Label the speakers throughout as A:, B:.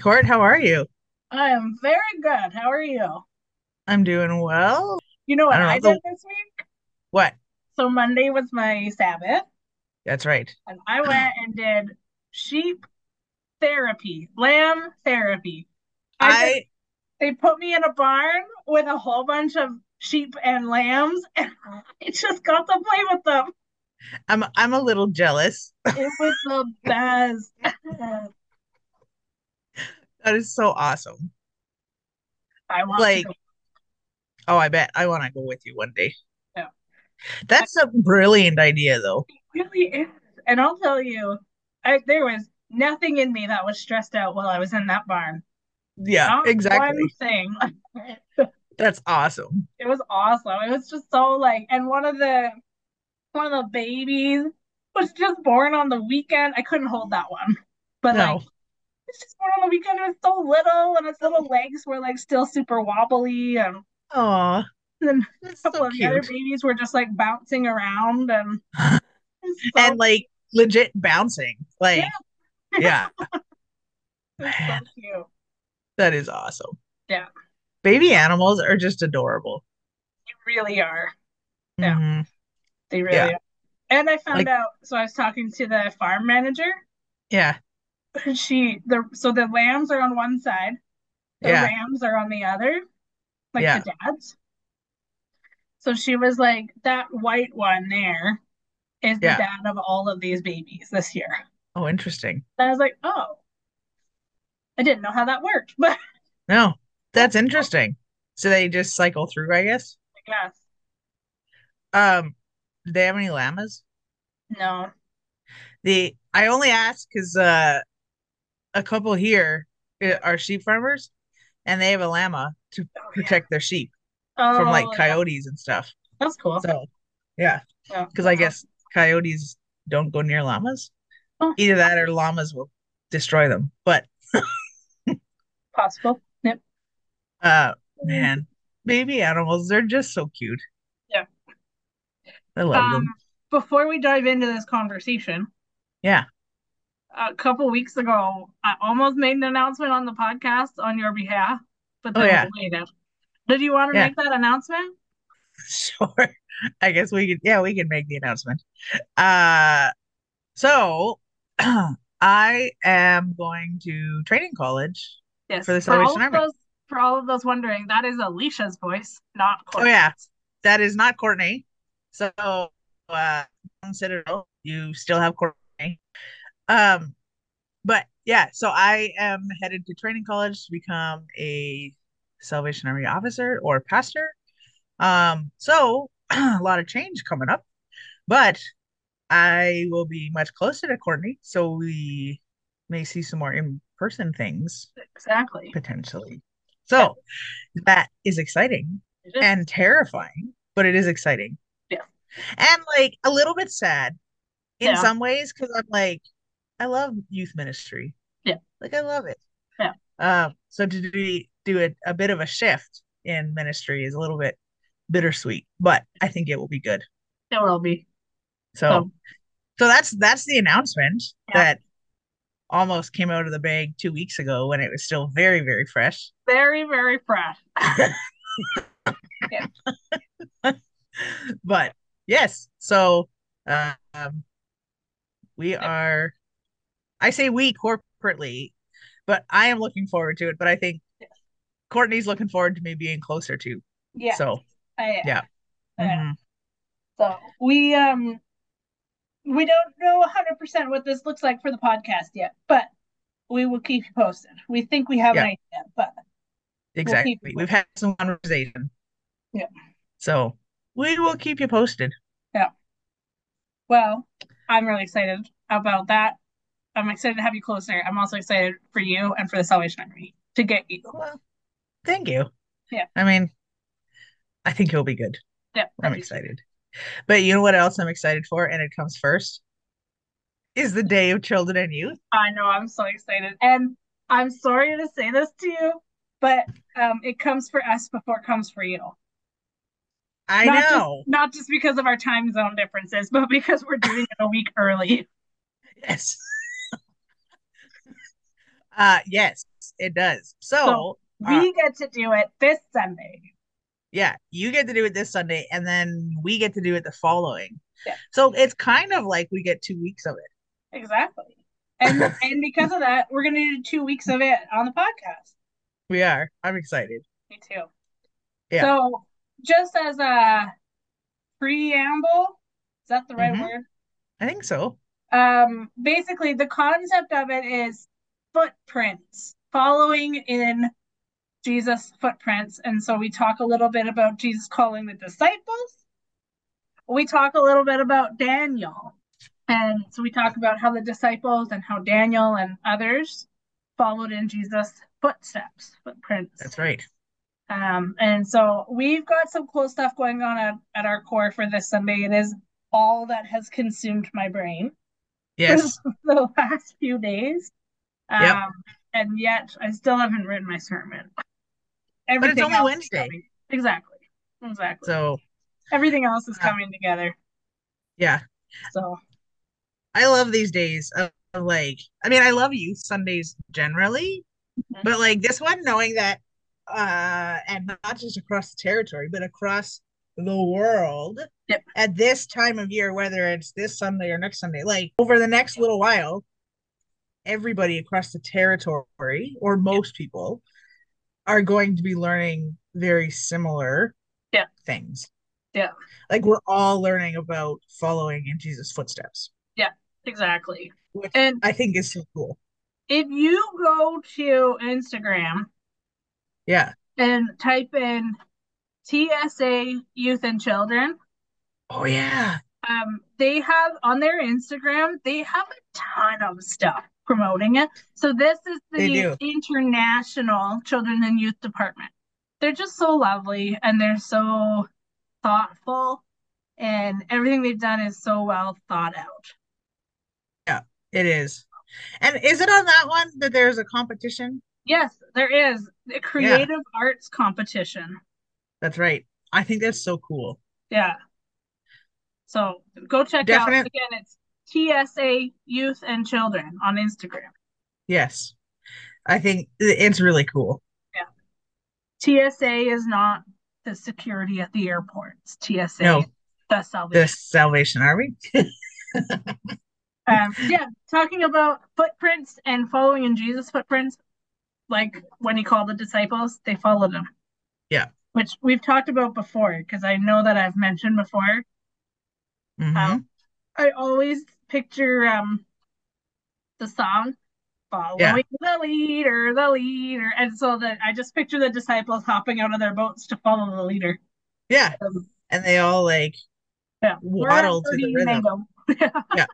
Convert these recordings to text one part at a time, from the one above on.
A: Court. How are you?
B: I am very good. How are you?
A: I'm doing well.
B: You know
A: I
B: what
A: don't know
B: I
A: the-
B: did this week?
A: What?
B: So Monday was my Sabbath,
A: That's right.
B: and I went and did sheep therapy, lamb therapy. I, did-
A: I
B: they put me in a barn with a whole bunch of sheep and lambs, and I just got to play with them.
A: I'm I'm a little jealous.
B: It was the best.
A: That is so awesome.
B: I want
A: Like,
B: to.
A: oh, I bet I want to go with you one day.
B: Yeah.
A: That's a brilliant idea, though.
B: really is. And I'll tell you, I, there was nothing in me that was stressed out while I was in that barn.
A: Yeah,
B: Not
A: exactly.
B: one thing.
A: That's awesome.
B: It was awesome. It was just so like, and one of the one of the babies was just born on the weekend. I couldn't hold that one, but like
A: No,
B: it's just born on the weekend. It was so little, and its little legs were like still super wobbly, and a
A: oh,
B: Then
A: that's
B: couple
A: so
B: of the other
A: cute.
B: babies were just like bouncing around, and it was so,
A: And like legit bouncing. Like, yeah,
B: it was so cute.
A: that is awesome.
B: Yeah.
A: Baby animals are just adorable.
B: They really are. Yeah.
A: Mhm.
B: They really
A: Yeah.
B: are. And I found
A: Like-
B: out, so I was talking to the farm manager.
A: Yeah.
B: She the so the lambs are on one side, the
A: Yeah.
B: rams are on the other, like
A: Yeah.
B: the dads. So she was like, that white one there is the
A: Yeah.
B: dad of all of these babies this year.
A: Oh, interesting.
B: And I was like, oh, I didn't know how that worked, but
A: No, that's interesting. So they just cycle through, I guess.
B: I guess
A: Um, do they have any llamas?
B: no. Oh,
A: The I only ask because uh, a couple here uh, are sheep farmers, and they have a llama to
B: Oh, yeah.
A: protect their sheep from like
B: Oh, yeah.
A: coyotes and stuff.
B: That's cool.
A: So, yeah,
B: Yeah.
A: because I guess coyotes don't go near llamas.
B: Oh.
A: Either that or llamas will destroy them. But
B: Possible. Yep.
A: uh,
B: Mm-hmm.
A: man, baby animals—they're just so cute.
B: Yeah.
A: I love
B: Um,
A: them.
B: before we dive into this conversation,
A: Yeah.
B: a couple weeks ago, I almost made an announcement on the podcast on your behalf, but
A: Oh,
B: then
A: yeah.
B: waited. Did you want to
A: Yeah.
B: make that announcement?
A: Sure. I guess we could, yeah, we can make the announcement. Uh, so I am going to training college.
B: Yes.
A: For the
B: all of
A: Salvation Army.
B: those, for all of those wondering, that is Alicia's voice, not
A: Oh,
B: Courtney's.
A: yeah. That is not Courtney. So, uh, consider oh, you still have Courtney. Um, but yeah, so I am headed to training college to become a Salvation Army officer or pastor. Um, so a lot of change coming up, but I will be much closer to Courtney, so we may see some more in-person things
B: Exactly.
A: potentially. So that is exciting
B: It is.
A: and terrifying, but it is exciting.
B: Yeah.
A: And like a little bit sad in
B: Yeah.
A: some ways because I'm like, I love youth ministry.
B: Yeah.
A: Like I love it.
B: Yeah.
A: Um, so to do do a, a bit of a shift in ministry is a little bit bittersweet, but I think it will be good.
B: It will be.
A: So
B: So,
A: so that's that's the announcement
B: Yeah.
A: that almost came out of the bag two weeks ago when it was still very, very fresh.
B: very, very fresh.
A: but yes, so um, we are. I say we corporately, but I am looking forward to it. But I think Courtney's looking forward to me being closer to.
B: Yeah.
A: So
B: I-
A: yeah.
B: yeah.
A: mhm.
B: So we um we don't know 100% what this looks like for the podcast yet, but we will keep you posted. We think we have an idea, but
A: exactly.
B: you
A: We've had some conversation.
B: Yeah.
A: So we will keep you posted.
B: well, I'm really excited about that. I'm excited to have you closer. I'm also excited for you and for the Salvation Army to get you.
A: Well, thank you.
B: Yeah.
A: I mean, I think it'll be good.
B: Yeah,
A: I'm excited. But you know what else I'm excited for? And it comes first is the Day of Children and Youth.
B: I know I'm so excited, and I'm sorry to say this to you, but um, it comes for us before it comes for you.
A: I
B: Not just-
A: know.
B: not just because of our time zone differences, but because we're doing it a week early.
A: Yes. Uh, yes, it does. So,
B: we
A: uh,
B: get to do it this Sunday.
A: yeah, you get to do it this Sunday, and then we get to do it the following.
B: Yeah.
A: So it's kind of like we get two weeks of it.
B: Exactly. And and because of that, we're gonna do two weeks of it on the podcast.
A: We are. I'm excited.
B: Me too.
A: Yeah.
B: So just as a preamble, is that the right
A: Mhm.
B: word?
A: I think so.
B: Um basically the concept of it is footprints, following in Jesus' footprints. And so we talk a little bit about Jesus calling the disciples. We talk a little bit about Daniel. And so we talk about how the disciples and how Daniel and others followed in Jesus' footsteps, footprints.
A: That's right.
B: Um, and so we've got some cool stuff going on at, at our core for this Sunday. It is all that has consumed my brain
A: Yes.
B: for the last few days. Um,
A: Yep.
B: And yet I still haven't written my sermon. Everything
A: only
B: else is
A: Wednesday.
B: coming. Exactly. Exactly.
A: So,
B: Everything else is
A: Yeah.
B: coming together.
A: yeah.
B: So
A: I love these days of, of, like I mean I love youth Sundays generally,
B: Mhm.
A: but like this one knowing that uh and not just across the territory but across the world
B: Yep.
A: at this time of year whether it's this Sunday or next Sunday like over the next little while everybody across the territory or most people are going to be learning very similar
B: Yeah.
A: things.
B: Yeah.
A: Like we're all learning about following in Jesus' footsteps,
B: exactly.
A: which
B: And
A: I think is so cool.
B: if you go to Instagram
A: Yeah.
B: and type in TSA Youth and Children,
A: Oh yeah.
B: um, they have on their Instagram, they have a ton of stuff promoting it. So this is
A: They
B: the
A: do.
B: International Children and Youth Department. They're just so lovely and they're so thoughtful and everything they've done is so well thought out.
A: It is. And is it on that one that there's a competition?
B: Yes, there is a creative arts competition.
A: That's right. I think that's so cool.
B: Yeah. So go check out
A: Definite-
B: again, it's TSA Youth and Children on Instagram.
A: Yes. I think i- it's really cool.
B: TSA is not the security at the airports. TSA,
A: No.
B: the
A: The
B: salvation.
A: Salvation Army.
B: Um, yeah, talking about footprints and following in Jesus' footprints, like when he called the disciples, they followed him.
A: Yeah.
B: Which we've talked about before, because I know that I've mentioned before.
A: Mhm.
B: I always picture um the song following the leader, the leader. And so that I just picture the disciples hopping out of their boats to follow the leader.
A: Yeah.
B: Um,
A: And they all like
B: yeah.
A: waddle to
B: Wherever
A: the
B: you may
A: rhythm.
B: go.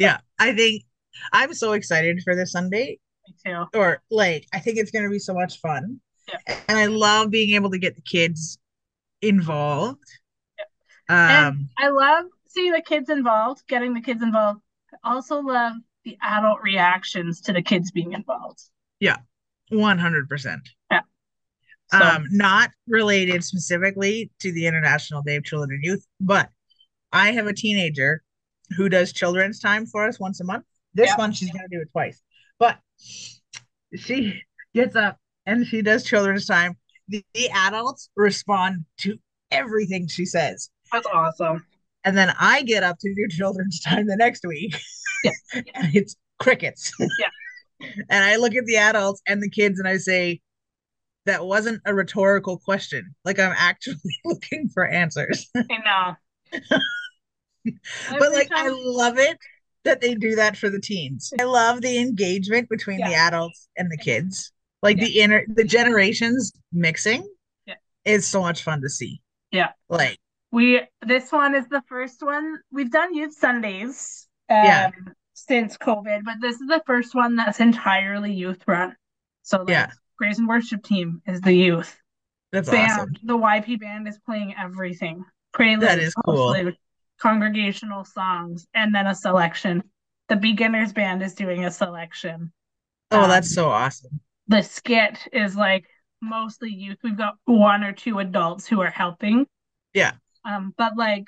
A: Yeah. I think I'm so excited for this Sunday.
B: Me too.
A: Or like I think it's gonna be so much fun.
B: Yeah.
A: And I love being able to get the kids involved.
B: And-
A: Um
B: I love seeing the kids involved, getting the kids involved. I also love the adult reactions to the kids being involved.
A: Um, One hundred percent.
B: Yeah. So,
A: Um, not related specifically to the International Day of Children and Youth, but I have a teenager who does children's time for us once a month. This
B: Yeah.
A: month she's gonna do it twice, but she gets up and she does children's time. The, the adults respond to everything she says,
B: that's awesome.
A: and then I get up to do children's time the next week,
B: Yeah.
A: and it's crickets. and I look at the adults and the kids and I say, that wasn't a rhetorical question. Like I'm actually looking for answers.
B: I know.
A: But like I love it that they do that for the teens. I love the engagement between the adults and the kids. Like the inner the generations mixing
B: Yeah.
A: is so much fun to see.
B: Yeah.
A: Like
B: we this one is the first one we've done youth Sundays um,
A: Yeah.
B: since COVID, but this is the first one that's entirely youth run. So like
A: Yeah.
B: Grace and Worship Team is the youth.
A: that's
B: band,
A: awesome.
B: the YP band is playing everything. Prelude,
A: That is cool.
B: postlude, congregational songs, and then a selection. The beginners band is doing a selection.
A: Oh,
B: Um,
A: that's so awesome.
B: The skit is like mostly youth. We've got one or two adults who are helping.
A: Yeah.
B: Um, but like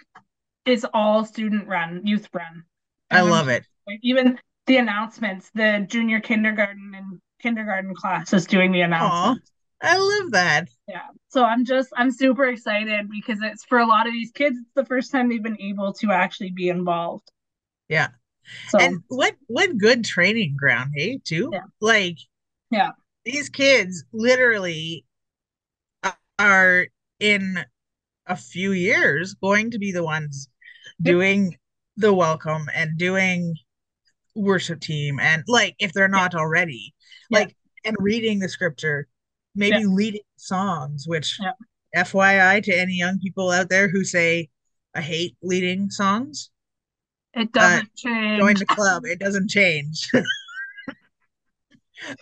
B: it's all student run, youth run.
A: I
B: And I'm
A: love it.
B: like, even the announcements, the junior kindergarten and kindergarten class is doing the
A: Aw,
B: announcements.
A: I love that.
B: Yeah. So I'm just I'm super excited because it's for a lot of these kids, it's the first time they've been able to actually be involved.
A: Yeah.
B: So
A: And what what good training ground, hey, too.
B: Yeah.
A: Like,
B: Yeah.
A: these kids literally a- are in a few years going to be the ones
B: Yep.
A: doing the welcome and doing worship team and like if they're not already
B: Yeah.
A: like and reading the scripture maybe leading songs which
B: Yeah.
A: fyi to any young people out there who say i hate leading songs
B: it doesn't
A: uh, join
B: change.
A: the club. It doesn't change.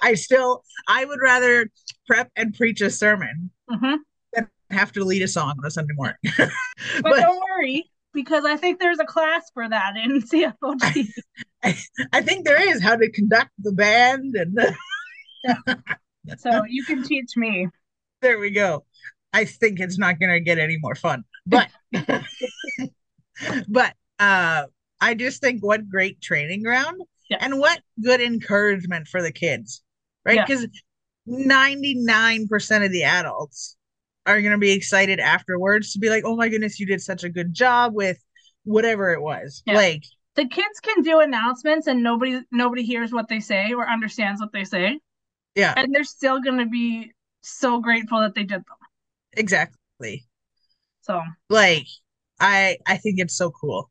A: I still, I would rather prep and preach a sermon
B: Mhm.
A: than have to lead a song on a Sunday morning.
B: But,
A: but
B: don't worry, because I think there's a class for that in CFOG.
A: I think there is how to conduct the band, and
B: so you can teach me.
A: there we go. I think it's not going to get any more fun, but but uh, I just think what great training ground
B: Yeah.
A: and what good encouragement for the kids, right?
B: Yeah.
A: Because ninety nine percent of the adults are going to be excited afterwards to be like, "Oh my goodness, you did such a good job with whatever it was."
B: Yeah.
A: Like,
B: The kids can do announcements and nobody nobody hears what they say or understands what they say.
A: yeah,
B: And they're still gonna be so grateful that they did them.
A: exactly.
B: So
A: Like, I I think it's so cool.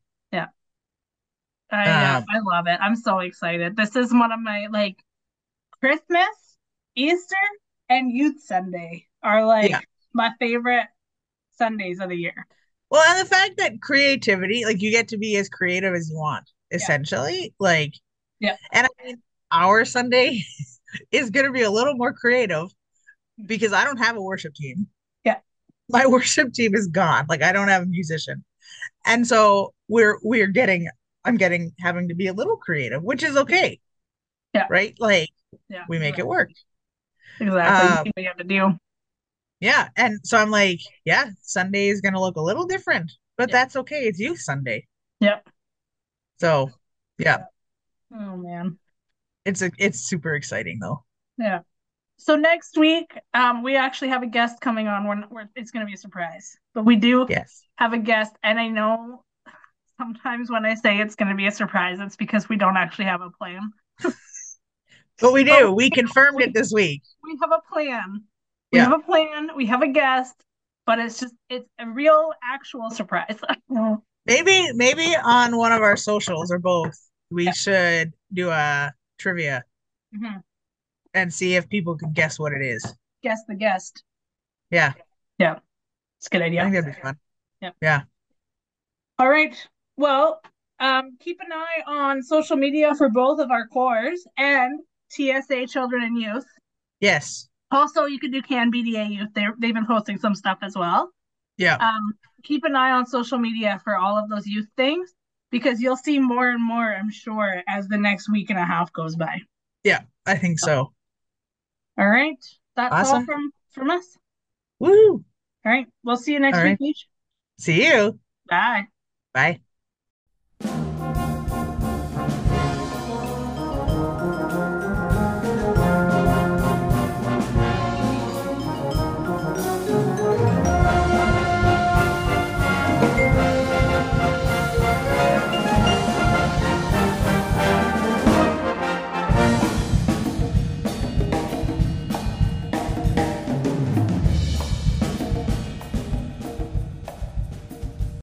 B: I uh,
A: Um,
B: I love it. I'm so excited. This is one of my like Christmas, Easter, and Youth Sunday are like
A: Yeah.
B: my favorite Sundays of the year.
A: Well, and the fact that creativity, like you get to be as creative as you want, essentially. Like,
B: Yeah.
A: And I mean, our Sunday is going to be a little more creative because I don't have a worship team.
B: Yeah.
A: My worship team is gone. Like, I don't have a musician. And so we're, we're getting, I'm getting, having to be a little creative, which is okay.
B: Yeah.
A: Right. Like,
B: Yeah.
A: we make it work.
B: Exactly.
A: Um,
B: You see what you have to do.
A: Yeah. And so I'm like, yeah, Sunday is going to look a little different, but
B: Yeah.
A: that's okay. It's youth Sunday.
B: Yep.
A: So, yeah.
B: Oh man.
A: It's a, it's super exciting though.
B: Yeah. So next week, um, we actually have a guest coming on. We're, we're it's gonna be a surprise, but we do
A: Yes.
B: have a guest, and I know sometimes when I say it's gonna be a surprise, it's because we don't actually have a plan.
A: But we
B: So-
A: do. We confirmed it this week.
B: we have a plan. We
A: Yeah.
B: have a plan. We have a guest, but it's just it's a real actual surprise.
A: Maybe maybe on one of our socials or both, we
B: Yeah.
A: should do a trivia
B: Mhm.
A: and see if people can guess what it is.
B: Guess the guest.
A: Yeah,
B: It's a good
A: I
B: idea.
A: think that'd be fun.
B: All right. Well, um, keep an eye on social media for both of our cores and TSA Children and Youth.
A: Yes.
B: Also, you can do Can BDA Youth. They they've been posting some stuff as well.
A: Yeah.
B: Um, keep an eye on social media for all of those youth things because you'll see more and more, I'm sure, as the next week and a half goes by.
A: I think so.
B: All right. That's all
A: Awesome.
B: from from us.
A: Woo!
B: All right. We'll see you next
A: All right.
B: week. Beach.
A: See you.
B: Bye.
A: Bye.